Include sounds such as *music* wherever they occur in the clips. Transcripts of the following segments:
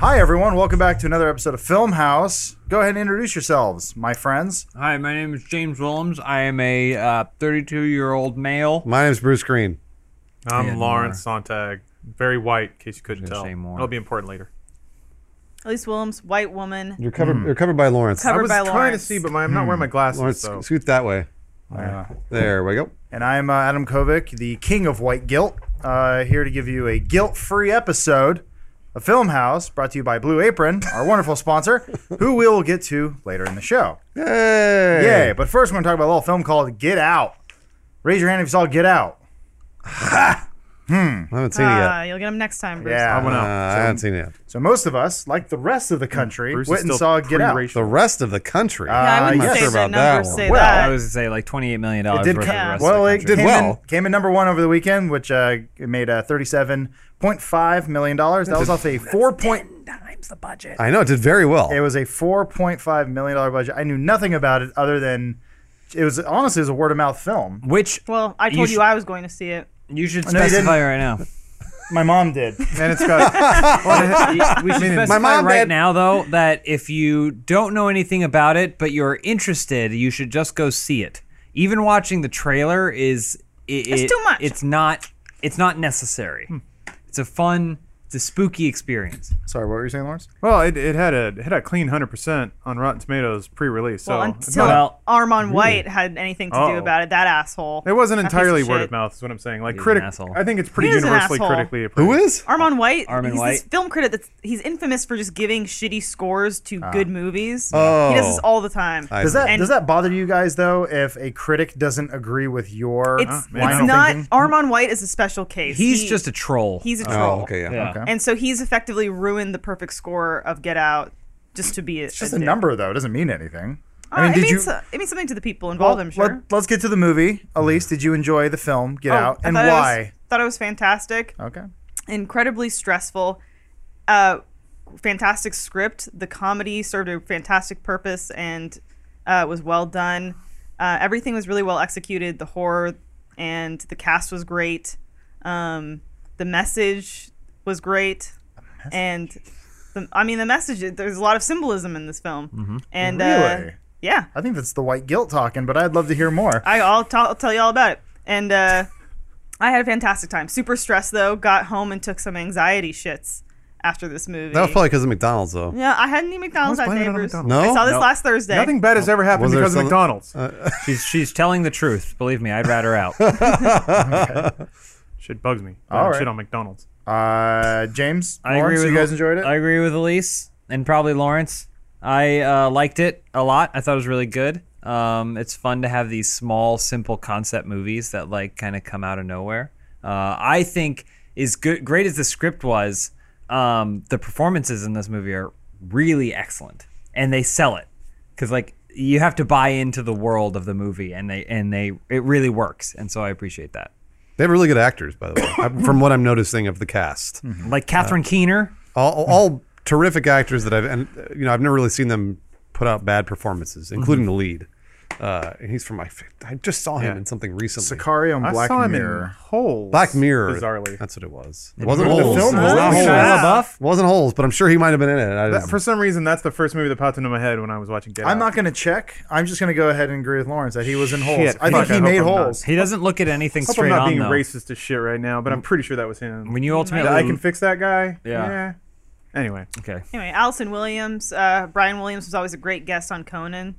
Hi, everyone. Welcome back to another episode of Film House. Go ahead and introduce yourselves, my friends. Hi, my name is James Willems. I am a uh, 32 year old male. My name's Bruce Green. I'm Yeah, Lawrence Sontag. Very white, in case you couldn't gonna tell. say more. It'll be important later. Elise Williams, white woman. You're covered. You're covered by Lawrence. Covered I was by trying Lawrence. to see, but my, I'm not wearing my glasses. Lawrence, so. scoot that way. Uh, There we go. and I'm uh, Adam Kovic, the king of white guilt, uh, here to give you a guilt free episode of Film House brought to you by Blue Apron, our wonderful *laughs* sponsor, who we will get to later in the show. Yay! Yay. But first, we're going to talk about a little film called Get Out. Raise your hand if you saw Get Out. I haven't seen it yet. Ah, you'll get him next time, Bruce. Yeah. Uh, went out. Mm, I haven't seen it yet. So, most of us, like the rest of the country, Bruce is went and still saw Get Out. pre-racial. The rest of the country. Yeah, Uh, I wouldn't yes. say Sure the about that numbers one. say Well, that. I was going to say like $28 million It worth did of come, the Yeah. rest well. of the It country. did Did came well. In, came in number one over the weekend, which uh, it made uh, thirty-seven point five million dollars. That was off a four point. I know it did very well. It was a four point five million dollar budget. I knew nothing about it other than it was honestly it was a word of mouth film. Which Well, I You told you, should- I was going to see it. you should no, you specify right now. My mom did, *laughs* and it's got we should specify My mom right did. now, though, that if you don't know anything about it but you're interested, you should just go see it. Even watching the trailer is it, It's it- too much. It's not. It's not necessary. It's a fun. It's a spooky experience. sorry. What were you saying, Lawrence? Well, it, it had a it had a clean 100% on Rotten Tomatoes pre-release. So Well, it's until not- Well- Armand White had anything to do Uh-oh. about it, that asshole. it wasn't That piece entirely of word shit. of mouth, is what I'm saying. Like He's an critic, asshole. I think it's pretty He is an universally asshole. critically approved. Who is? Armand White. Armand he's this White. film critic that's he's infamous for just giving shitty scores to good movies. Oh. He does this all the time. I Does that And- does that bother you guys though? If a critic doesn't agree with your it's man, I it's don't not thinking. Armand White is a special case. He's He- just a troll. he's a troll. Oh, okay, yeah. yeah. Okay. And so he's effectively ruined the perfect score of Get Out just to be a, It's just a a dick. number though. It doesn't mean anything. Uh, I mean, it, did you? means, uh, it means something to the people involved, I'm sure. Let, us get to the movie. Elise, did you enjoy the film Get Oh, Out, I and thought it was- why? thought it was fantastic, okay. incredibly stressful. Uh, fantastic script. The comedy served a fantastic purpose and uh, was well done. Uh, everything was really well executed. The horror and the cast was great. Um, the message was great, and the, I mean the message. There's a lot of symbolism in this film, and uh, Really? yeah, I think that's the white guilt talking, but I'd love to hear more. I, I'll, t- I'll tell you all about it. And uh, I had a fantastic time. Super stressed though. Got home and took some anxiety shits after this movie. That was probably because of McDonald's, though. yeah, I hadn't eaten McDonald's Always that blame day, it on Bruce. McDonald's. No? I saw this No. last Thursday. Nothing bad has ever happened Was there because of some- McDonald's. She's she's telling the truth. Believe me, I'd rat her out. shit bugs me. All right. Shit on McDonald's. Uh, James, I Lawrence, agree with you guys enjoyed it. I agree with Elise and probably Lawrence. I uh, liked it a lot. I thought it was really good. Um, it's fun to have these small, simple concept movies that like kind of come out of nowhere. Uh, I think is good. Great as the script was, um, the performances in this movie are really excellent, and they sell it because like you have to buy into the world of the movie, and they and they it really works. And so I appreciate that. They have really good actors, by the way, *coughs* I- from what I'm noticing of the cast. Uh, Like Catherine Keener, all, all terrific actors that I've and uh, you know I've never really seen them put out bad performances, including the lead. Uh, and he's from my. fa- I just saw him Yeah. in something recently. Sicario and I Black saw him in Mirror. holes. Black Mirror. Bizarrely. that's what it was. It wasn't the holes. film It was was not Holy holes. crap. Shia LaBeouf. Wasn't holes, but I'm sure he might have been in it. I That- just- for some reason, that's the first movie that popped into my head when I was watching Get I'm Out. not going to check. I'm just going to go ahead and agree with Lawrence that he was in holes. Shit, I think fuck, he I hope made I'm not. holes. He doesn't look at anything Hope straight I'm not on being though. racist as shit right now, but I'm pretty sure that was him. When you ultimately, I can fix that guy. Yeah. Anyway, okay. Anyway, Allison Williams, uh, Brian Williams was always a great guest on Conan.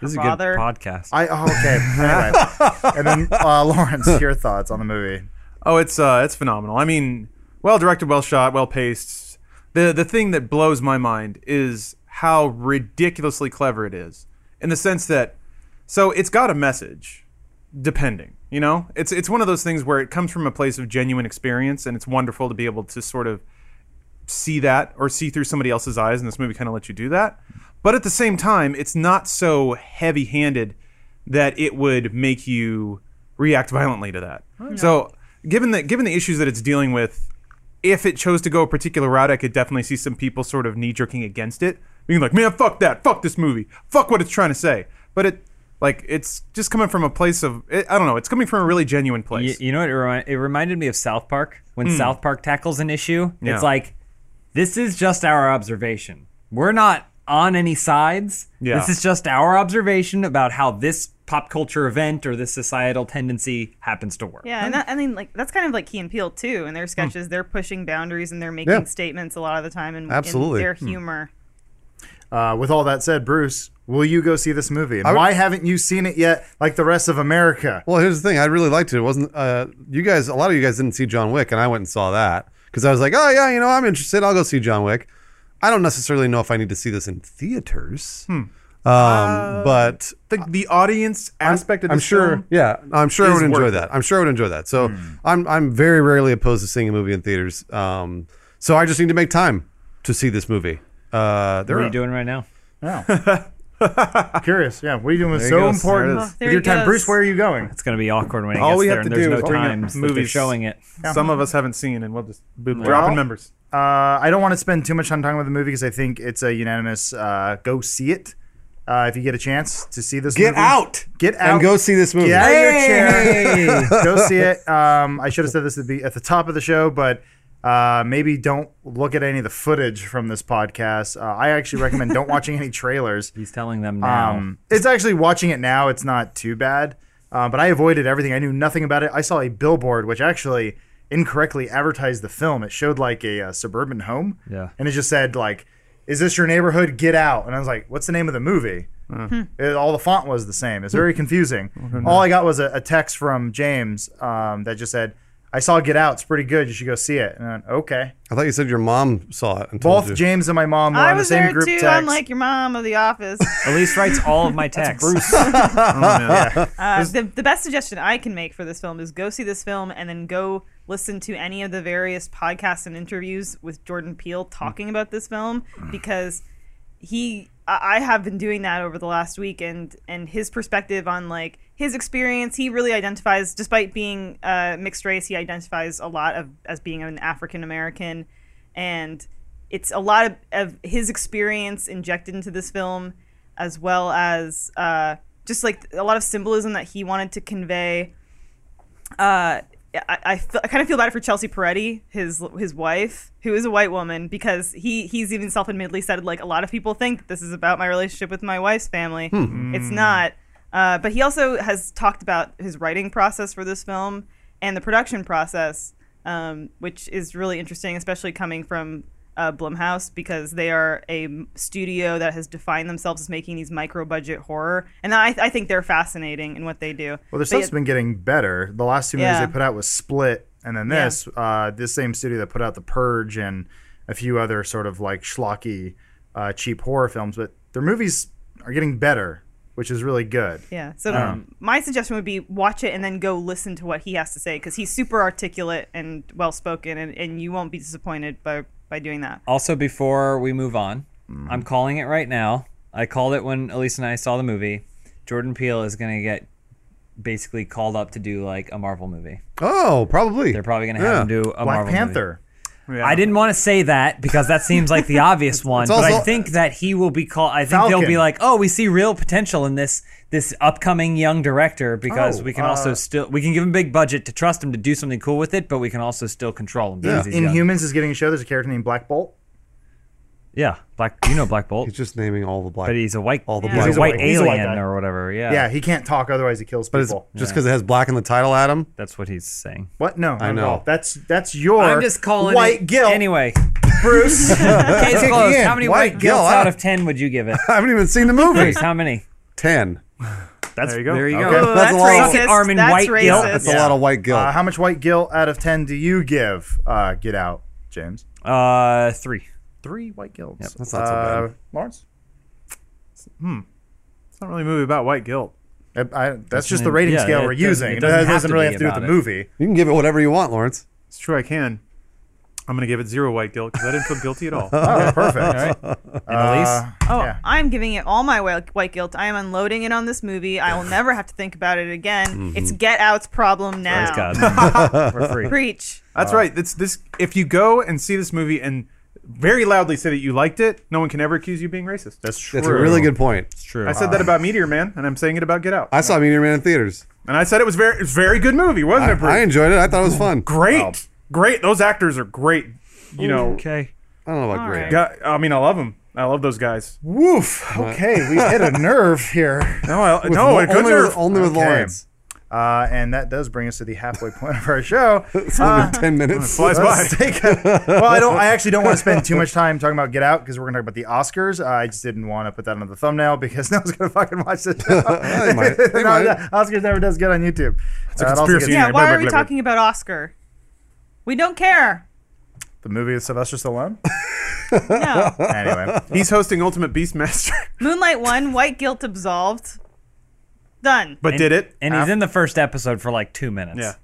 This is a good father. podcast. I oh, okay. anyway, *laughs* and then uh, Lawrence, your thoughts on the movie? oh, it's uh, it's phenomenal. I mean, well directed, well shot, well paced. The the thing that blows my mind is how ridiculously clever it is, in the sense that, so it's got a message, depending. You know, it's it's one of those things where it comes from a place of genuine experience, and it's wonderful to be able to sort of see that or see through somebody else's eyes, and this movie kind of lets you do that. But at the same time, it's not so heavy handed that it would make you react violently to that. So, given the given the issues that it's dealing with, if it chose to go a particular route, I could definitely see some people sort of knee jerking against it, being like, "Man, fuck that, fuck this movie, fuck what it's trying to say." But it, like, it's just coming from a place of it, I don't know. It's coming from a really genuine You, place. you know what? It, remi- it reminded me of South Park when South Park tackles an issue. Hmm. Yeah. It's like This is just our observation. We're not on any sides. Yeah. This is just our observation about how this pop culture event or this societal tendency happens to work. Yeah, and that, I mean, like that's kind of like Key and Peele too. In Hmm. their sketches, they're pushing boundaries and they're making Yeah. statements a lot of the time, and Absolutely. their humor. Uh, with all that said, Bruce, will you go see this movie? And would- why haven't you seen it yet, like the rest of *laughs* America? Well, here's the thing. I really liked it. It wasn't uh, you guys. A lot of you guys didn't see John Wick, and I went and saw that because I was like, oh yeah, you know, I'm interested. I'll go see John Wick. I don't necessarily know if I need to see this in theaters, um, but The, the audience aspect of I'm this sure. film- yeah, I'm sure I is would enjoy worth that. I'm sure I would enjoy that. So I'm I'm very rarely opposed to seeing a movie in theaters. Um, so I just need to make time to see this movie. Uh, there What are are, you doing right now? Curious. Yeah. What are you doing? There It's he so goes. There it important. is. Oh, with there your he time, goes. Bruce. Where are you going? It's going to be awkward when it All gets we there, have and to there's do no is bring up times that they're movies. showing it. Some of us haven't seen, and we'll just boop, Well, *laughs* dropping members. Uh, I don't want to spend too much time talking about the movie because I think it's a unanimous uh, go see it. Uh, if you get a chance to see this, movie. Get out. and go see this movie. Get out of your chair. *laughs* go see it. Um, I should have said this at the, at the top of the show, but uh, maybe don't look at any of the footage from this podcast. Uh, I actually recommend don't watching any trailers. He's telling them now. Um, it's actually watching it now. It's not too bad, uh, but I avoided everything. I knew nothing about it. I saw a billboard which actually incorrectly advertised the film. It showed like a, uh suburban home, Yeah. and it just said like, "Is this your neighborhood? Get out!" And I was like, "What's the name of the movie?" Hmm. It- all the font was the same. It's Hmm. very confusing. All I got was a, a text from James um, that just said, "I saw Get Out. It's pretty good. You should go see it." And I went, "Okay." I thought you said your mom saw it and told Both you. James and my mom were I on the was same there group too. text. I'm like your mom of *laughs* the office. Elise writes all of my texts. Oh, man. Uh, the, the best suggestion I can make for this film is go see this film and then go listen to any of the various podcasts and interviews with Jordan Peele talking about this film because he I I have been doing that over the last week and and his perspective on like his experience he really identifies despite being uh, mixed race he identifies a lot of as being an African American and it's a lot of, of his experience injected into this film as well as uh, just like a lot of symbolism that he wanted to convey uh, I, I, feel, I kind of feel bad for Chelsea Peretti, his his wife, who is a white woman, because he he's even self admittedly said like a lot of people think that this is about my relationship with my wife's family. It's not. Uh, but he also has talked about his writing process for this film and the production process, um, which is really interesting, especially coming from uh, Blumhouse because they are a m- studio that has defined themselves as making these micro budget horror, and I, I think they're fascinating in what they do. Well, their But yeah- stuff's been getting better. The last two Yeah. movies they put out was Split, and then Yeah. this. Uh, this same studio that put out The Purge and a few other sort of like schlocky, uh, cheap horror films. But their movies are getting better, which is really good. Yeah. So my suggestion would be watch it and then go listen to what he has to say because he's super articulate and well spoken, and, and you won't be disappointed by by doing that. Also, before we move on, Mm-hmm. I'm calling it right now. I called it when Elise and I saw the movie. Jordan Peele is going to get basically called up to do like a Marvel movie. Oh, probably. They're probably going to have Yeah. him do a Black Marvel movie. Panther. Yeah. I didn't want to say that because that seems *laughs* like the obvious one, but I also- think that he will be called. I think they'll Falcon. be like, "Oh, we see real potential in this this upcoming young director because Oh, we can uh, also still we can give him big budget to trust him to do something cool with it, but we can also still control him because he's young." Inhumans is getting a show. There's a character named Black Bolt. Yeah, black. You know Black Bolt, He's just naming all the black. but he's a white. all the Yeah. he's black. a white he's a white alien guy. or whatever. Yeah. Yeah, he can't talk otherwise he kills But it's people. just because it has black in the title, Adam. *laughs* That's what he's saying. What? No, I know. That's that's your. I'm just calling white it. guilt. Uh, Anyway, *laughs* Bruce. case Kick closed. in. How many White white, guilt, guilts huh? out of ten would you give it? I haven't even seen the movie. Bruce, how many? Ten. That's There you go. There you go. Okay. Oh, That's that's, a lot. racist. Fucking Armin that's White racist. guilt. That's a lot of white guilt. uh, how much white guilt out of ten do you give? Uh, get out, James. Uh, three. Three white guilds. That's not so Uh, bad. Lawrence. It's not really a movie about white guilt. I, I, that's, just an- the rating yeah, scale it we're doesn't- using. it It doesn't doesn't, have to really be have to do with the about it. movie. you can give it whatever you want, Lawrence. It's true, I can. I'm gonna give it zero white guilt because I didn't feel guilty *laughs* at all. Uh, Oh, perfect. And Elise. Uh, Oh, Yeah. I'm giving it all my white, white guilt. I am unloading it on this movie. I will never have to think about it again. It's Get Out's problem now. Mm-hmm. Praise God. We're free. Preach. That's right. That's this. If you go and see this movie and very loudly say that you liked it, no one can ever accuse you of being racist. that's true. That's a really good point. It's true. I said that about Meteor Man, and I'm saying it about Get Out. I saw Meteor Man in theaters. and I said it was very, it's a very good movie, wasn't I, Um, it? Bruce? I enjoyed it. I thought it was fun. great, great. Those actors are great. You know, okay. I don't know about All great. right. God, I mean, I love them. I love those guys. Woof. Okay, we hit a nerve here. No, I, With no, Lo- it could only, nerve. with, only with Okay. Lawrence. Uh, and that does bring us to the halfway point of our show. It's only been ten minutes. flies by. Let's *laughs* take a- well, I don't. I actually don't want to spend too much time talking about Get Out because we're going to talk about the Oscars. Uh, I just didn't want to put that on the thumbnail because *laughs* no one's going to fucking watch this. show. *laughs* They might. They No, might. yeah, Oscars never does good on YouTube. Uh, It's a conspiracy. Yeah, Yeah, why blah, are blah, we blah, blah. talking about Oscar? We don't care. the movie with Sylvester Stallone. *laughs* No. anyway, He's hosting Ultimate Beastmaster, Moonlight won, White Guilt absolved. Done. but And- did it? And he's in the first episode for like two minutes. Yeah.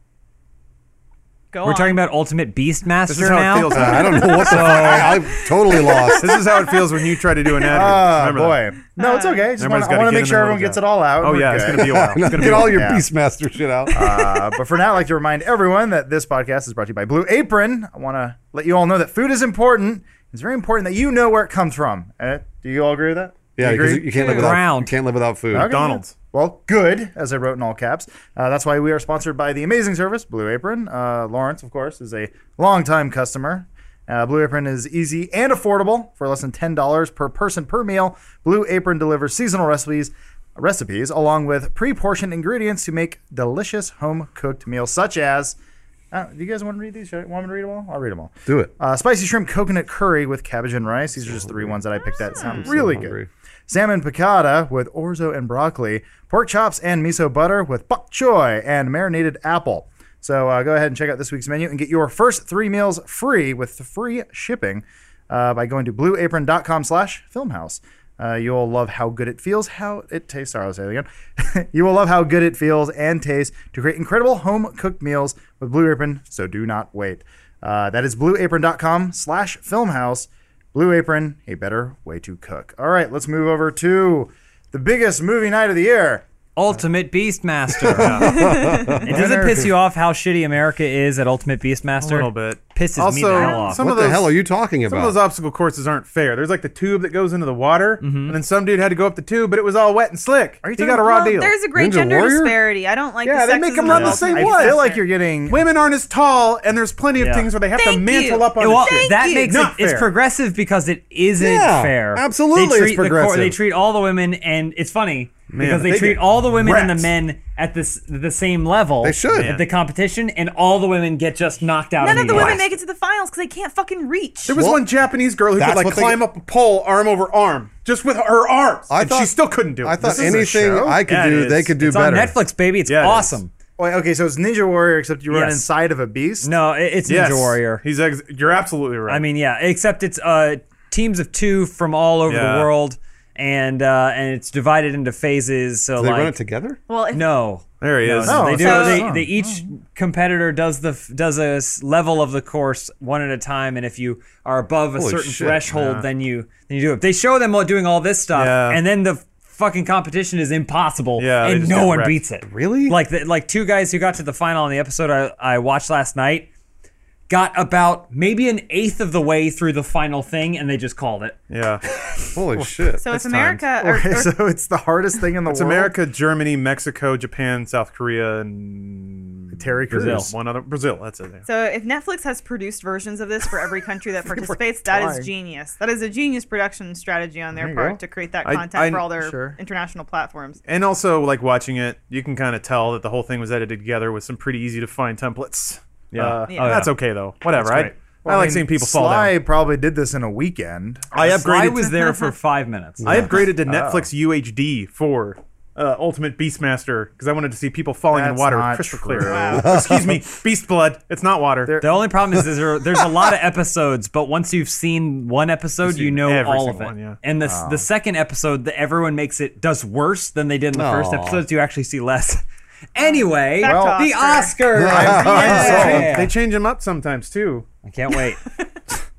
Go We're on. talking about Ultimate Beastmaster This is how now. it feels. Uh, *laughs* I don't know what the. I, I'm totally lost. this is how it feels when you try to do an ad. Ah, Remember boy. No, it's okay. Just Everybody's wanna, I gotta want to get make in sure there everyone with gets that. it all out. That. Oh yeah, it's gonna be a *laughs* while. It's *laughs* gonna be Get a all while. your Yeah. Beastmaster shit out. uh, but for now, I'd like to remind everyone that this podcast is brought to you by Blue Apron. I want to let you all know that food is important. It's very important that you know where it comes from. Uh, do you all agree with that? yeah, you because agree? you can't live without. You Ground. can't live without food. Okay. McDonald's. Well, good, as I wrote in all caps. Uh, that's why we are sponsored by the amazing service, Blue Apron. Uh, Lawrence, of course, is a longtime customer. Uh, Blue Apron is easy and affordable for less than $10 per person per meal. Blue Apron delivers seasonal recipes. Recipes along with pre-portioned ingredients to make delicious home-cooked meals, such as. Uh, do you guys want to read these? Should I, want me to read them all? I'll read them all. Do it. Uh, spicy shrimp coconut curry with cabbage and rice. These are just three ones that I picked that sound really hungry. good. Salmon piccata with orzo and broccoli. Pork chops and miso butter with bok choy and marinated apple. So uh, go ahead and check out this week's menu and get your first three meals free with free shipping uh, by going to blueapron.com slash filmhouse. Uh, you'll love how good it feels, how it tastes. Sorry, I'll say it again. *laughs* you will love how good it feels and tastes to create incredible home cooked meals with Blue Apron, so do not wait. Uh, that is blueapron.com slash filmhouse. Blue Apron, a better way to cook. All right, let's move over to the biggest movie night of the year. Ultimate Beastmaster. it doesn't piss you off how shitty America is at Ultimate Beastmaster. A little bit. Pisses also, me the hell off. Some what of those, the hell are you talking Some of about? those obstacle courses aren't fair. There's like the tube that goes into the water, Mm-hmm. and then some dude had to go up the tube, but it was all wet and slick. Are you he talking- got a raw Well, deal. There's a great Ninja gender Warrior? disparity. I don't like Yeah, the they make sexism 'em run of the all same things. I way. feel like you're getting. Women aren't as tall, and there's plenty of Yeah. things where they have to Thank mantle you. up on well, the shit. that you. makes Not it, it's fair. progressive because it isn't Yeah, fair. absolutely they it's treat the progressive. they treat all the women, and it's funny because they, they treat get all the women and wrecked. the men at this the same level. They should. at the competition, and all the women get just knocked out. None in of the end. women make it to the finals because they can't fucking reach. There was Well, one Japanese girl who could that's like what they- climb up a pole, arm over arm, just with her arms. I and thought- she still couldn't do it. I thought This is a anything show. I could Yeah, it do, is. they could do It's better. on Netflix, baby. It's Yeah, it is. awesome. Wait, okay, so it's Ninja Warrior, except you run Yes. inside of a beast. No, it- it's Yes. Ninja Warrior. He's ex- you're absolutely right. I mean, yeah, except it's uh, teams of two from all over Yeah. the world, and uh, and it's divided into phases. So Do they like, run it together? well, if, no, Mm-hmm. there he is. Oh, they do. so- they, they each competitor does the f- does a s- level of the course one at a time, and if you are above a Holy certain shit, threshold, then you then you do it. They show them all doing all this stuff, Yeah. and then the fucking competition is impossible, Yeah, they and just no get one wrecked. beats it. Really? Like the, like two guys who got to the final on the episode I, I watched last night. Got about maybe an eighth of the way through the final thing, and they just called it. Yeah. Holy shit. so if timed. America or, *laughs* Okay, or- *laughs* so it's the hardest thing in the It's world. America, Germany, Mexico, Japan, South Korea, and Terry Crews. Brazil. one other Brazil. That's it. There. so if Netflix has produced versions of this for every country *laughs* that participates, that dying. is genius. That is a genius production strategy on their part to create that I- content I- for all their Sure. international platforms. And also, like watching it, you can kind of tell that the whole thing was edited together with some pretty easy to find templates. Yeah. Uh, Yeah. Oh, that's yeah. okay though. Whatever. That's I, great. I like mean, seeing people fall Sly down. probably did this in a weekend. I Sly upgraded. was there for five minutes. I upgraded to Netflix UHD for uh, Ultimate Beastmaster because I wanted to see people falling in That's water not crystal true. clear. *laughs* Excuse me, Beast Blood. It's not water. There- The only problem is, is there, there's a *laughs* lot of episodes, but once you've seen one episode, you seen know every all of it. single one, yeah. And the Oh. the second episode, that everyone makes it does worse than they did in the first Aw. episode. So you actually see *laughs* less. anyway, Back to the Oscar. Oscars. Oh, Yeah. They change them up sometimes too. I can't wait.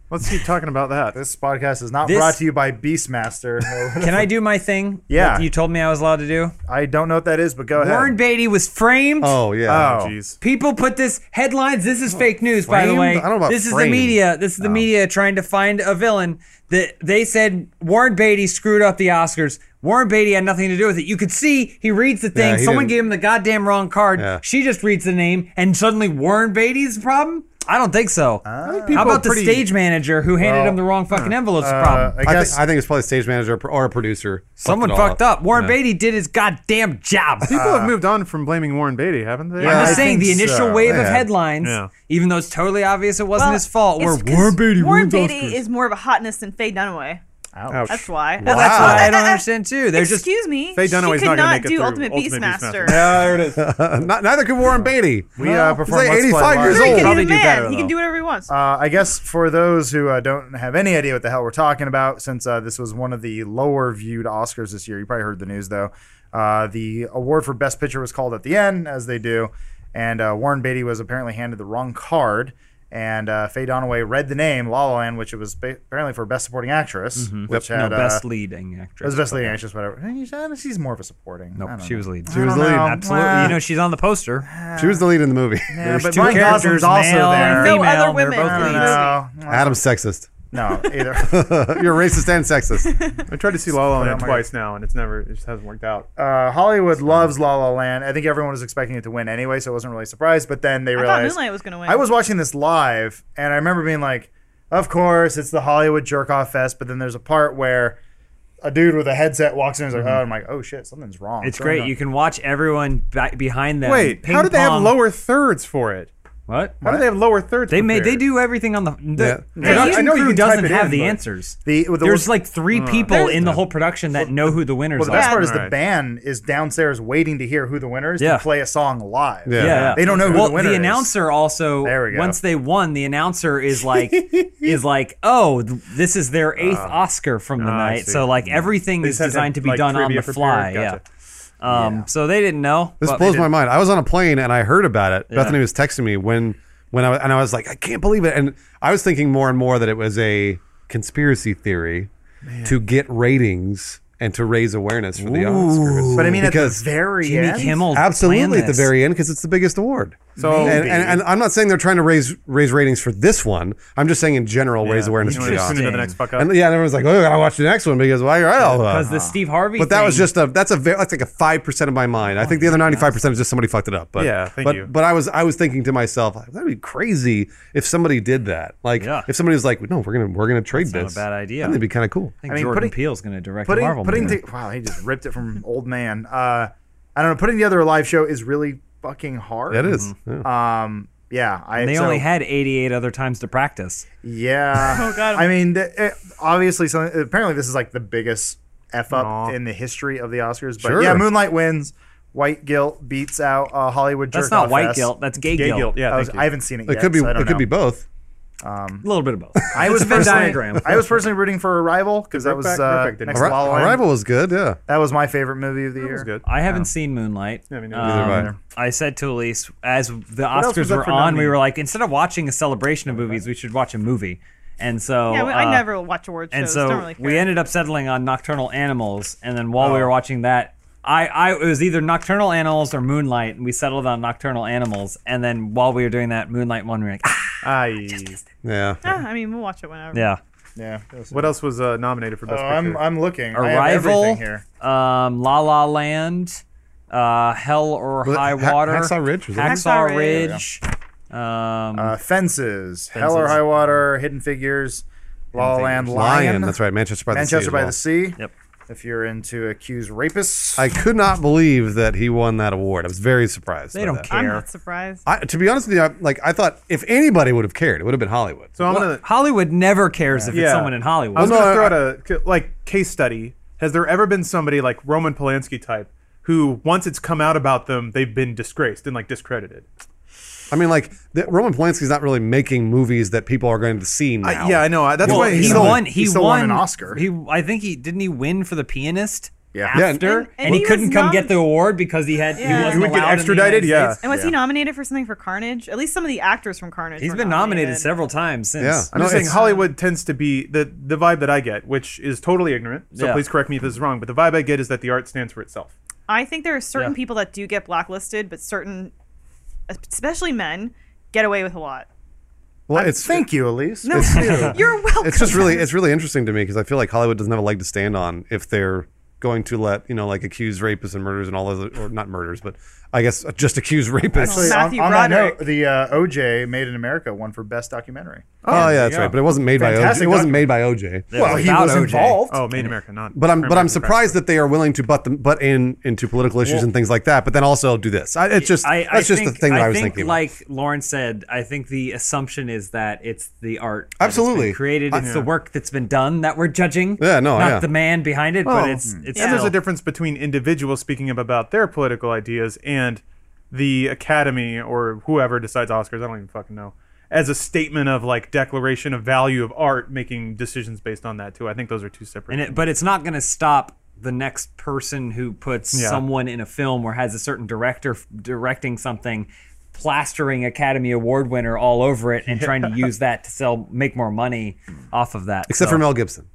Let's keep talking about that. This podcast is not This- brought to you by *laughs* Beastmaster. Can I do my thing? Yeah. that you told me I was allowed to do. I don't know what that is, but go ahead. Warren Beatty was framed. Uh, Oh yeah. Oh. Jeez. People put this headlines. This is fake news, by the Oh, framed? way. I don't know about this is the framed. Oh. media. This is the media trying to find a villain. That they said Warren Beatty screwed up the Oscars. Warren Beatty had nothing to do with it. You could see he reads the thing. Yeah, he Someone didn't- gave him the goddamn wrong card. Yeah. She just reads the name, and suddenly Warren Beatty's the problem. I don't think so. Ah. people How about the pretty- stage manager who handed Well, him the wrong fucking envelope's Uh, problem? I I, guess thi- I think it's probably stage manager or a producer. Someone it all *laughs* fucked up. Warren Yeah. Uh, Beatty did his goddamn job. People have moved on from blaming Warren Beatty, haven't they? I'm I just saying think the initial so. wave of Yeah. headlines, Yeah. even though it's totally obvious it wasn't Well, his fault, it's were 'cause Warren Beatty Warren ruined Beatty Oscars. is more of a hotness than Faye Dunaway. Ouch. That's why. Well, that's what I Uh, uh, don't uh, understand too. They're just Excuse me. Faye she Dunaway's could not gonna not make it do through Ultimate, Ultimate Beastmaster. Beastmaster. Yeah, there it is. Not, neither could Warren Beatty. We uh, performed like Let's Play 85 years Live. He's old. a Probably do man. better, he though. can do whatever he wants. Uh, I guess for those who uh, don't have any idea what the hell we're talking about, since uh, this was one of the lower viewed Oscars this year, you probably heard the news though. Uh, the award for Best Picture was called at the end, as they do, and uh, Warren Beatty was apparently handed the wrong card. And uh, Faye Dunaway read the name La La Land, which it was ba- apparently for Best Supporting Actress, which Mm-hmm. no had best uh, leading it actress. was Best Leading Actress, whatever. And you said She's more of a supporting. I Nope, don't she know. was leading. I don't leading, know. Absolutely, Well, you know she's on the poster. She was the lead in the movie. *laughs* yeah, but two Ryan Gosling's characters, also male there. and No female. other they're women. both No, leads. no, no. Adam's sexist. *laughs* no, no, either. You're racist and sexist. I tried to see La Put La it on Land my- twice now, and it's never, it just hasn't worked out. uh, Hollywood loves La La Land. I think everyone was expecting it to win anyway, so I wasn't really surprised. But then they I thought realized Moonlight was going to win. I was watching this live, and I remember being like, "Of course, it's the Hollywood jerk off fest." But then there's a part where a dude with a headset walks in and is like, "Oh," I'm like, "Oh shit, something's wrong." Mm-hmm. It's So great. I'm You like, can watch everyone back behind them. Wait, Ping how did they have pong. lower thirds for it? What? How do they have lower thirds? They made. They prepared? do everything on the. the Yeah. the Yeah, I know- I production know you crew can type doesn't it have in, the but- answers. the, well, the There's like three people in the whole production that know who the winners well, the are. best part is Right. the band is downstairs waiting to hear who the winner is Yeah. to play a song live. Yeah. Yeah, yeah. They don't know who well, the winner is. announcer also. There we go. Once they won, the announcer is *laughs* like, is like, oh, th- this is Ah. their eighth Oscar from the Ah, I night. see. So like Mm. everything They is just had designed to be like, done on trivia the fly. prepared. Gotcha. Yeah. Um. So they didn't know. This but- blows my mind. I was on a plane and I heard about it. Bethany was texting me when when I was, and I was like, I can't believe it. And I was thinking more and more that it was a conspiracy theory to get ratings and to raise awareness for the Oscars. But I mean, because at the very Jimmy end, Kimmel absolutely planned at the this. very end because it's the biggest award. So- and, and, and I'm not saying they're trying to raise raise ratings for this one. I'm just saying in general raise Yeah. awareness You for wanna the tune into Oscars. the next fuck up. And yeah, and everyone's like, oh, I gotta watch the next one because why you're right all uh, the because the Uh-huh. Steve Harvey. but that was thing- just a that's a ve- that's like a five percent of my mind. I think the other ninety five percent is just somebody fucked it up. But Yeah, thank but, you. But I was I was thinking to myself, like, that'd be crazy if somebody did that. Like Yeah. if somebody was like, no, we're gonna we're gonna trade not a this. bad idea. Mm-hmm. I think it'd be kind of cool. I think I mean, Jordan putting- Peele's going to direct a putting Marvel putting movie. the, wow he just ripped it from old man uh i don't know putting together a live show is really fucking hard That is. Yeah. um yeah i they so- only had 88 other times to practice. yeah oh God. i mean th- it, obviously something apparently this is like the biggest f up Aw. in the history of the oscars but Sure. yeah moonlight wins white guilt beats out uh, hollywood That's Jerk not Off white Fest. guilt. That's gay, Gay guilt. guilt, yeah. I, thank was, you. I haven't seen it it yet, could be so I it don't could know. *laughs* be both. A little bit of both. I was It's a Venn personally- diagram. I was personally rooting for Arrival because that was Brokeback- uh, Brokeback didn't next Arri- to La La Land. Arrival was good. Yeah. That was my favorite movie of the year. That was good. I haven't seen Moonlight. Yeah, me neither. Neither have I. Um, I said to Elise, as the else was Oscars up were for on, we nominee? were like, instead of watching a celebration of movies, we should watch a movie. And so, yeah, I uh, never watch award shows. and so don't really care. *laughs* we ended up settling on Nocturnal Animals. And then while we were watching that, I, I it was either Nocturnal Animals or Moonlight, and we settled on Nocturnal Animals. And then while we were doing that Moonlight one, we were like, ah, I, Yeah. Ah, I mean, we'll watch it whenever. yeah. Yeah. that was- what else was uh, nominated for Oh, best I'm picture? I'm looking. I have Arrival, everything here. um, La La Land, uh, Hell or it High Ha- Water, Hacksaw Ridge, was it? Hacksaw Hacksaw Ridge. Um, Uh, fences, Hell or High Water, Hidden Figures, La La Land, Lion, Lion. That's right. Manchester by Manchester the Sea. as by well. the Sea. Yep. If you're into accused rapists, I could not believe that he won that award. I was very surprised. They by don't that. care. I'm not surprised. I, to be honest with you, I, like I thought, if anybody would have cared, it would have been Hollywood. so I'm Well, gonna. Hollywood never cares if it's Yeah. someone in Hollywood. I was Well, no, gonna throw out a like case study. Has there ever been somebody like Roman Polanski type who, once it's come out about them, they've been disgraced and like discredited? I mean, like the, Roman Polanski's not really making movies that people are going to see now. I, yeah, I know. I- That's Well, why he so- won. He, he still won won an Oscar. He, I think he didn't he win for the pianist. Yeah. Yeah, and- After And- and, and he, he couldn't was come nom- get the award because he had Yeah. he, wasn't He would allowed get in the extradited, United yeah. States. And was he Yeah. nominated for something for Carnage? At least some of the actors from Carnage. He's were been nominated, several times since. Yeah. I'm No, just saying it's- Hollywood tends to be the the vibe that I get, which is totally ignorant. So Yeah. please correct me if this is wrong, but the vibe I get is that the art stands for itself. I think there are certain Yeah. people that do get blacklisted, but certain, especially men, get away with a lot. well, it's thank you, Elise. No, *laughs* you're welcome. *laughs* it's just really it's really interesting to me because I feel like Hollywood doesn't have a leg to stand on if they're going to let you know like accused rapists and murders and all those or not murders but I guess just accused rapists. Actually, Matthew on, on that Broderick. note, the uh, OJ Made in America won for best documentary. oh, yeah, that's yeah. right. But it wasn't made by OJ. Fantastic It wasn't doc- made by OJ. well, he without was OJ. involved. Oh, Made in America, not. But I'm but I'm American surprised that they are willing to butt them butt in into political issues and things like that. But then also do this. I, it's just I, I that's just think, the thing that I, was think, thinking. Like Lauren said, I think the assumption is that it's the art that has Absolutely. been created. It's the work that's been done that we're judging. Yeah, no, not yeah. the man behind it, Well, but it's it's and there's still- a difference between individuals speaking up about their political ideas and the academy or whoever decides Oscars. I don't even fucking know. As a statement of like declaration of value of art, making decisions based on that too. I think those are two separate. And it, but it's not going to stop the next person who puts Yeah. someone in a film or has a certain director f- directing something plastering academy award winner all over it and trying to use that to sell make more money off of that Except So- for Mel Gibson,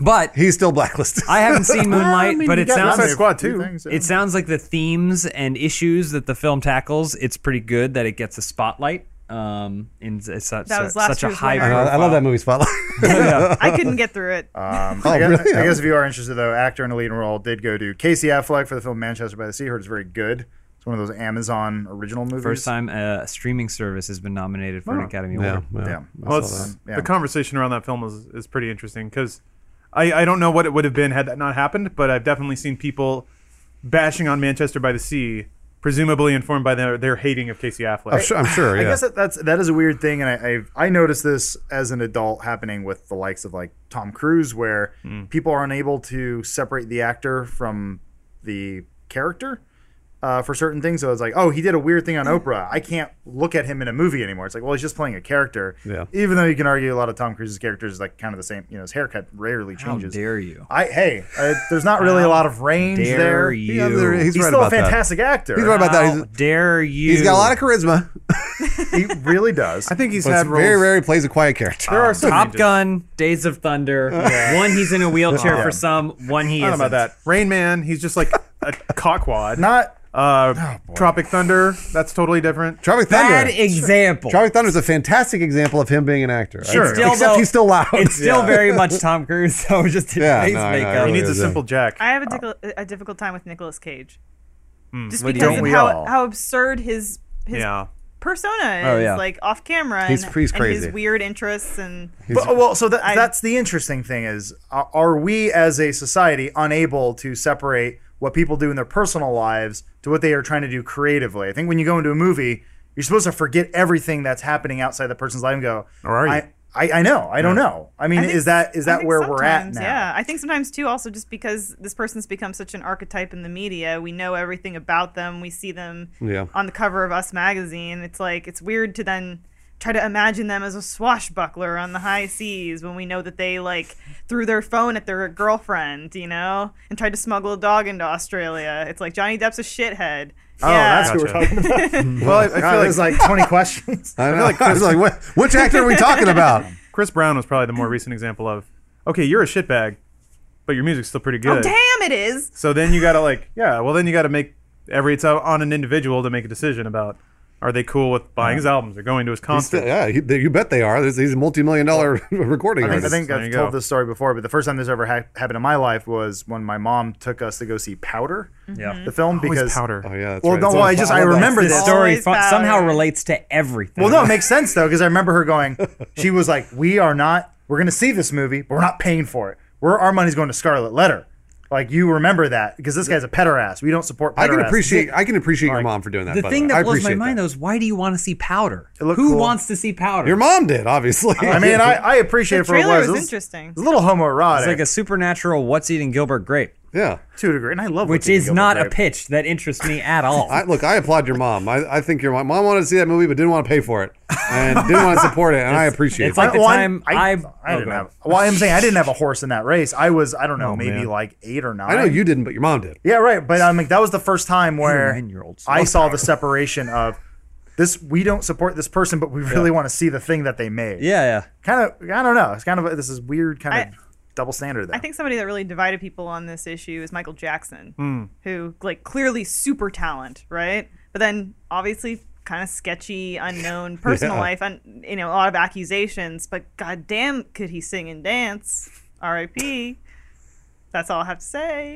but he's still blacklisted. i haven't *laughs* seen moonlight but it sounds Suicide Squad too. It sounds like the themes and issues that the film tackles. It's pretty good that it gets a spotlight. Um, in s- such That was su- last such a year's high. winner. I, know, I love that movie *laughs* Spotlight. I *laughs* couldn't get through it. Uh, Um, I, guess, really? I guess if you are interested, though, actor in a leading role did go to Casey Affleck for the film Manchester by the Sea. Heard it's very good. It's one of those Amazon original movies. First time a streaming service has been nominated for an Academy Award. Yeah. Well, I saw it's- that. Yeah. the conversation around that film is, is pretty interesting because I, I don't know what it would have been had that not happened, but I've definitely seen people bashing on Manchester by the Sea, presumably informed by their, their hating of Casey Affleck. I'm sure. I'm sure, I yeah. guess that, that's that is a weird thing, and I, I I noticed this as an adult happening with the likes of like Tom Cruise, where Mm. people are unable to separate the actor from the character uh, for certain things. So it's like, oh, he did a weird thing on Mm. Oprah. I can't look at him in a movie anymore. It's like, well, he's just playing a character. Yeah. Even though you can argue a lot of Tom Cruise's characters is like kind of the same. You know, his haircut rarely How changes. dare you? I hey, uh, there's not really a lot of range Dare there. you? Yeah, there- he's, He's, right still a about that. fantastic actor. He's right about that. How He's- dare you? He's got a lot of charisma. he really *laughs* does. I think he's But it's had roles. very rare he plays a quiet character. there are some Top ranges. Gun, Days of *laughs* Thunder. One he's in a wheelchair Yeah. for some. One he I is don't know about that. Rain Man, he's just like *laughs* a cockwad. not uh, Tropic Thunder, that's totally different. Tropic Bad Thunder. example. Tropic Thunder is a fantastic example of him being an actor. Sure. It's- Still, Except though, he's still loud. It's still very much Tom Cruise. So just his *laughs* Yeah, face no, I know, makeup. I He really needs a Yeah. simple Jack. I uh, have a, dic- a difficult time with Nicolas Cage, just What do you mean? because of Don't we how, all? how absurd his his yeah. persona is, Oh, yeah. like off camera, He's- and, he's and crazy. his weird interests and But, well, so that, that's the interesting thing is, uh, are we as a society unable to separate what people do in their personal lives to what they are trying to do creatively? I think when you go into a movie, you're supposed to forget everything that's happening outside the person's life and go, Or are you? I, I, I know, I don't know. I mean, I think- is that is I that think where we're at sometimes, now? Yeah, I think sometimes too. Also, just because this person's become such an archetype in the media, we know everything about them. We see them Yeah. on the cover of Us magazine. It's like it's weird to then try to imagine them as a swashbuckler on the high seas when we know that they like threw their phone at their girlfriend, you know, and tried to smuggle a dog into Australia. It's like Johnny Depp's a shithead. Oh, yeah. that's what we're Gotcha. talking about. Well, I, I feel God, like, there's like *laughs* 20 questions. I *laughs* know. I was like, what, which actor are we talking about? Chris Brown was probably the more recent example of, okay, you're a shitbag, but your music's still pretty oh good. damn, it is. So then you gotta like, yeah, well then you gotta make every it's on an individual to make a decision about are they cool with buying his albums or going to his He's still- concert. yeah, he, you bet they are. There's- He's a multi-million dollar *laughs* recording I think, I artist. think There I've you told go. this story before, but the first time this ever ha- happened in my life was when my mom took us to go see Powder, Mm-hmm. Yeah. the film, Always because powder. oh yeah. That's Well, right. no, It's well, all I just- about I that. remember This It's story always fu- Valerie. somehow relates to everything. Well, no, it makes sense though because I remember her going. She was like, "We are not. We're going to see this movie, but we're not paying for it. We're our money's going to Scarlet Letter." Like you remember that because this guy's a petter ass. We don't support. I can pederasts. appreciate. I can appreciate your mom for doing that. The by thing way. I that blows my appreciate mind that. though is why do you want to see powder? Who looked cool. wants to see powder? your mom did obviously. I *laughs* mean, I, I appreciate The it for what it trailer was. was It was- interesting. It was a little homoerotic it's like a supernatural what's eating Gilbert grape, yeah. to a degree, and I love which Whoopi is Goldberg, not a right? pitch that interests me at all. *laughs* I, look, I applaud your mom. I, I think your mom, mom wanted to see that movie, but didn't want to pay for it, and didn't want to support it, and I appreciate it's it. like- the Well, time I, I've- I oh, didn't go have. Well, I'm saying I didn't have a horse in that race. I was, I Oh, don't know, maybe man. like eight or nine. I know you didn't, but your mom did. Yeah, right. But I'm like, that was the first time where nine-year-olds. I saw the separation of this. We don't support this person, but we really want to see the thing that they made. yeah, yeah. Kind of. I don't know. It's kind of this is weird. Kind of I- double standard. There. I think somebody that really divided people on this issue is Michael Jackson, who like clearly super talent, right? But then obviously kind of sketchy, unknown personal Yeah. life, and you know a lot of accusations. But goddamn, could he sing and dance? R.I.P. That's all I have to say.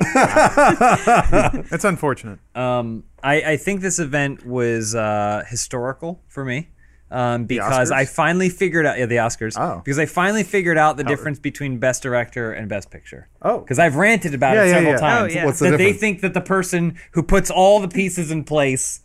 That's unfortunate. Um, I, I think this event was uh, historical for me um, because I Oscars? finally figured out yeah, the Oscars. Oh. Because I finally figured out the difference between Best Director and Best Picture. Oh. Because I've ranted about Yeah, it yeah, several yeah. times. Oh, yeah. What's the that they difference? think that the person who puts all the pieces in place.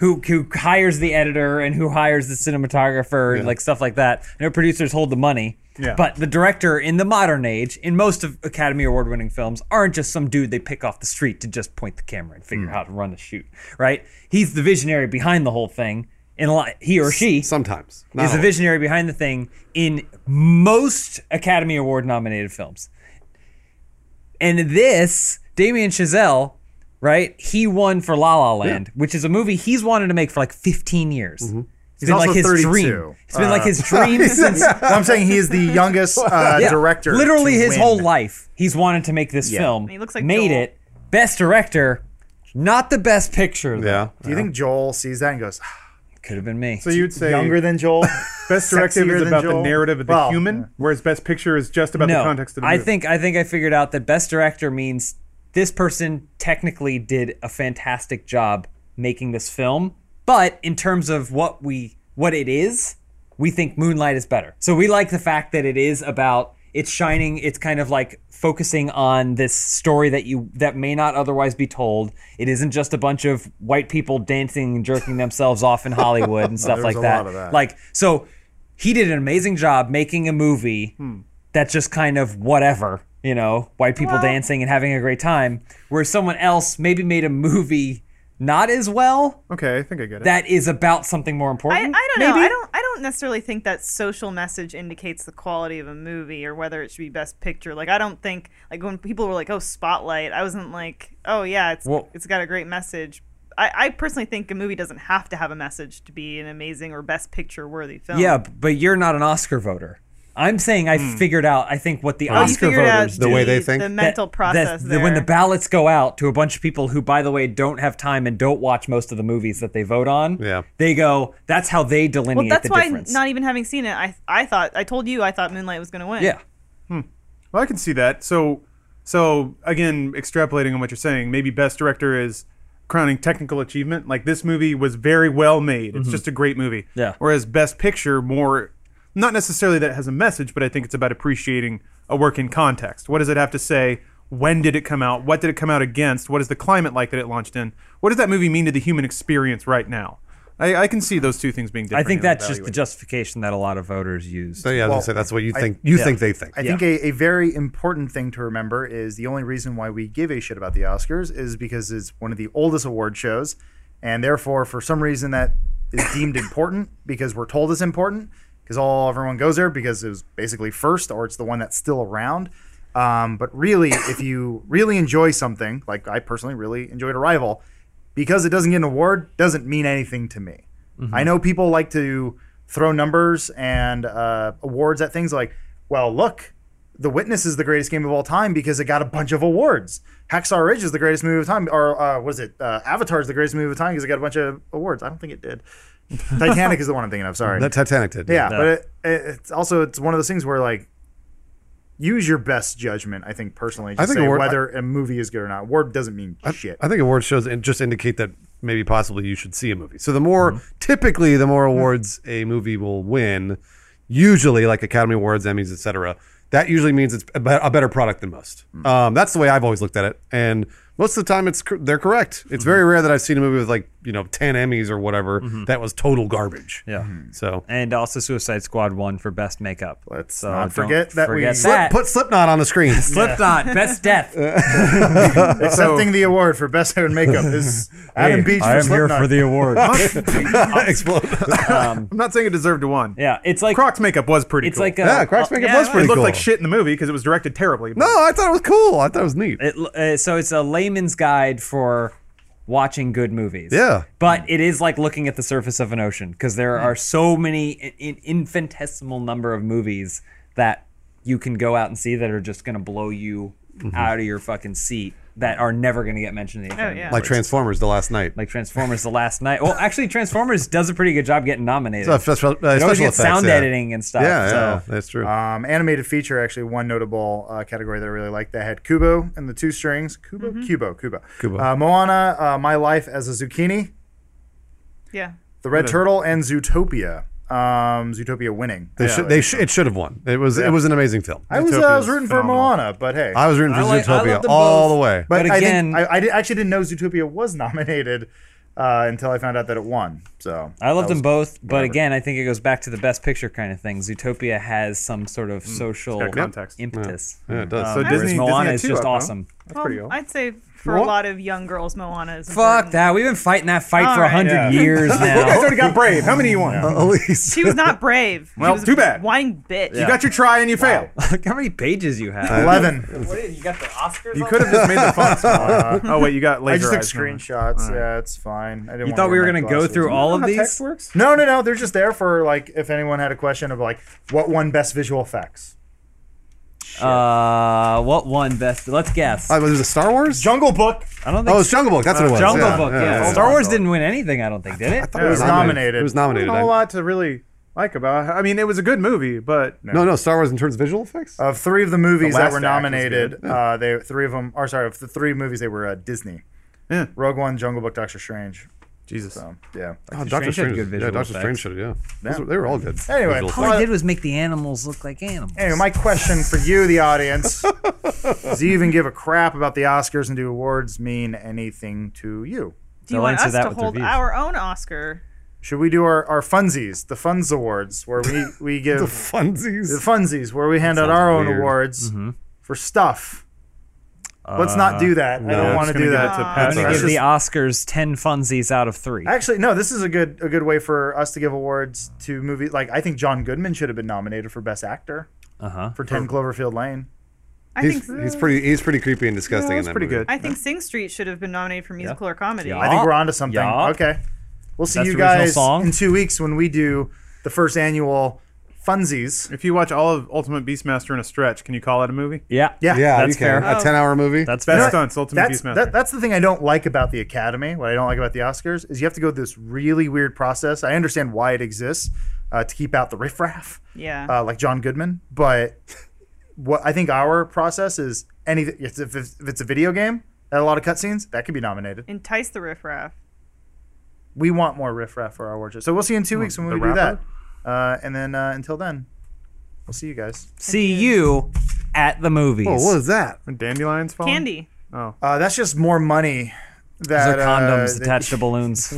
Who, who hires the editor and who hires the cinematographer and like stuff like that. I know producers hold the money, Yeah. but the director in the modern age, in most of Academy Award winning films, aren't just some dude they pick off the street to just point the camera and figure out how to run a shoot, right? He's the visionary behind the whole thing. And a lot, he or she Sometimes. Not is the always. visionary behind the thing in most Academy Award nominated films. And this, Damien Chazelle, right? He won for La La Land, which is a movie he's wanted to make for like 15 years. It's been Mm-hmm. also Uh, like his 32. dream. It's been like *laughs* his dream since Well, I'm saying he is *laughs* the youngest uh, *laughs* yeah. director. Literally to his win. whole life, he's wanted to make this Yeah. film. He looks like made Joel. it. Best director, not the best picture. Yeah. Do you think Joel sees that and goes, "Ah, could have been me. So you'd say younger than *laughs* Joel? best directive sexier is than about Joel? the narrative of the Well, human, whereas best picture is just about the context of the I movie. think I think I figured out that best director means this person technically did a fantastic job making this film, but in terms of what we what it is, we think Moonlight is better. So we like the fact that it is about it's shining, it's kind of like focusing on this story that you that may not otherwise be told. It isn't just a bunch of white people dancing and jerking themselves off *laughs* in Hollywood Oh, and stuff There was like a that. lot of that. Like so he did an amazing job making a movie Hmm. that's just kind of whatever, you know, white people dancing and having a great time, where someone else maybe made a movie not as well Okay, I think I get it. that is about something more I, I important. don't know. maybe? I don't. I don't necessarily think that social message indicates the quality of a movie or whether it should be best picture. Like I don't think like when people were like, "Oh, Spotlight," I wasn't like, "Oh yeah, it's Well- it's got a great message." I, I personally think a movie doesn't have to have a message to be an amazing or best picture worthy film. Yeah, b- but you're not an Oscar voter. I'm saying I Hmm. figured out. I think what the Oh, you Oscar figured out voters do. The way they think? the That- mental that- process that- there. when the ballots go out to a bunch of people who, by the way, don't have time and don't watch most of the movies that they vote on. Yeah. they go. That's how they delineate well, that's the why difference. not even having seen it, I I thought I told you I thought Moonlight was going to win. yeah, Well, I can see that. So, so again, extrapolating on what you're saying, maybe best director is crowning technical achievement. Like this movie was very well made. It's just a great movie. Mm-hmm. Yeah. Whereas best picture, more not necessarily that it has a message, but I think it's about appreciating a work in context. What does it have to say? When did it come out? What did it come out against? What is the climate like that it launched in? What does that movie mean to the human experience right now? I, I can see those two things being I different. think in that's just the evaluating. justification that a lot of voters use. So yeah, I was Well, gonna say that's what you I- think. you think they think. I think a, a very important thing to remember is the only reason why we give a shit about the Oscars is because it's one of the oldest award shows, and therefore, for some reason, that is deemed important because we're told it's important because all everyone goes there because it was basically first or it's the one that's still around. Um, but really, if you really enjoy something, like I personally really enjoyed Arrival, because it doesn't get an award doesn't mean anything to me. Mm-hmm. I know people like to throw numbers and uh, awards at things like, well, look, The Witness is the greatest game of all time because it got a bunch of awards. Hacksaw Ridge is the greatest movie of time, or uh, was it uh, Avatar is the greatest movie of time because it got a bunch of awards. I don't think it *laughs* did. Titanic is the one I'm thinking of. Sorry. That Titanic did. yeah, but it, it, it's also it's one of those things where like. Use your best judgment, I think personally. Just think say award- whether a movie is good or not. Award doesn't mean shit. I think award shows and just indicate that maybe possibly you should see a movie. So the more typically the more awards a movie will win, usually like Academy Awards, Emmys, etc. That usually means it's a, be- a better product than most. Um, that's the way I've always looked at it, and most of the time it's cor- they're correct. It's very rare that I've seen a movie with like you know ten Emmys or whatever that was total garbage. Yeah. So and also Suicide Squad won for best makeup. Let's not forget that we- forget Slip- that. put Slipknot on the screen. Slipknot, *laughs* best death. Accepting the award for best hair and makeup *laughs* is Adam Beach. for Slipknot. award. *laughs* Explode. I'm not saying it deserved to win. *laughs* yeah, it's like Croc's makeup was pretty it's cool. like a, yeah, Cracks Makeup yeah, was it pretty oh, it looked cool. like shit in the movie because it was directed terribly. No, I thought it was cool. I thought it was neat. it, uh, so it's a layman's guide for watching good movies. Yeah. Hmm. But it is like looking at the surface of an ocean because there are so many i- in infinitesimal number of movies that you can go out and see that are just going to blow you Mm-hmm. out of your fucking seat that are never going to get mentioned in the Academy Oh, yeah. Awards. like Transformers the last night. like Transformers the last night. Well, actually, Transformers does a pretty good job getting nominated. So, that's what- uh, it always special gets effects, sound yeah. editing and stuff. yeah, so. yeah, that's true. Um, animated feature, actually, one notable uh, category that I really liked that had Kubo and the two strings. Kubo, Kubo, Kubo. Kubo. Uh, Moana, uh, My Life as a Zucchini, Yeah. The Red Turtle, and Zootopia. Um, Zootopia winning. they Uh, should, they sh- it should have won. It was, it was an amazing film. I was, uh, Zootopia I is was rooting phenomenal. for Moana, but hey. I was rooting for I like- I Zootopia love them all both. the way. but but again- I, think, I, I di- actually didn't know Zootopia was *laughs* nominated uh, until I found out that it won. So I that love them was- both, but again, I think it goes back to the best picture kind of thing. Zootopia has some sort of social got context. impetus. yeah, it does. So Whereas Disney- Disney Moana had is two just up, huh? awesome. Well, pretty Um, old. I'd say for a lot of young girls, Moana is Fuck important. that. We've been fighting that fight All for a right. 100 Yeah. years *laughs* You guys now. already got brave. How many you want? Elise. She was not brave. she Well, was a too bad. Whining bitch. You got your try and you fail. Look how many pages you Uh, have. *laughs* eleven. What is, you got the Oscars? You could have just made the *laughs* font smaller. oh wait, you got laser. I just took eyes, never mind. screenshots. All right. Yeah, it's fine. I didn't You wanna thought we wear my were going to go glasses. through all of How text these? works? No, no, no. They're just there for like if anyone had a question of like what won best visual effects. Uh, what one best? Let's guess. Uh, was it Star Wars? Jungle Book. I don't think oh, it was Jungle Book. That's what it was. Jungle yeah, Book. Yeah, yeah. Star Wars didn't win anything. I don't think did it. thought It was nominated. It was nominated. Not a lot to really like about. I mean, it was a good movie, but No, no, Star Wars in terms of visual effects. Of three of the movies The that last were act was nominated, uh, they three of them. Or sorry, of the three movies they were uh, Disney. Yeah. Rogue One, Jungle Book, Doctor Strange. Jesus. So yeah. oh, Strange had good visual yeah, Doctor effects. Strange should. Yeah, Those were- they were all good. Anyway, visual Paul- All I Uh, did was make the animals look like animals. Anyway, my question for you, the *laughs* audience: Does you even give a crap about the Oscars and do awards mean anything to you? Do you They'll want answer us that to with their hold views. our own Oscar? Should we do our, our funsies, the Funds Awards, where we, *laughs* we give the the funsies. funsies, where we hand out our own weird. awards for stuff? Let's not do that. I don't I'm want just to gonna do give that. it to I'm I'm Pat's gonna That's give eyes. the Oscars ten funsies out of three. Actually, no. This is a good a good way for us to give awards to movies. Like I think John Goodman should have been nominated for Best Actor Uh huh. for Ten Cloverfield Lane. I He's, think he's pretty. He's pretty creepy and Yeah, disgusting. it in was that pretty movie. good. I think Sing Street should have been nominated for musical or comedy. Yeah. I think we're onto something. Yeah. Okay. We'll see Best you original guys song. in two weeks when we do the first annual funsies. If you watch all of Ultimate Beastmaster in a stretch, can you call that a movie? Yeah. Yeah. Yeah, That's you can. fair. A ten-hour movie. That's Best fair. stunts, Ultimate That's, Beastmaster. that, that's the thing I don't like about the Academy. What I don't like about the Oscars is you have to go through this really weird process. I understand why it exists uh, to keep out the riffraff, Yeah. uh, like John Goodman. But what I think our process is anything. If, if, if it's a video game and a lot of cutscenes, that could be nominated. Entice the riffraff. We want more riffraff for our awards. So we'll see you in two weeks when we the do that. rapper? Uh, and then uh, until then, we'll see you guys. See you at the movies. Whoa, Oh, what is that? When dandelions fall. Candy. Uh, that's just more money Those are that condoms uh, they- attached to balloons.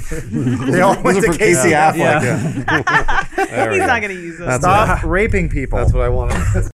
They all Those *laughs* went are to for Casey Casey. Affleck. Yeah. Yeah. There we He's go. not going to use those. That's Stop raping people. That's what I wanted.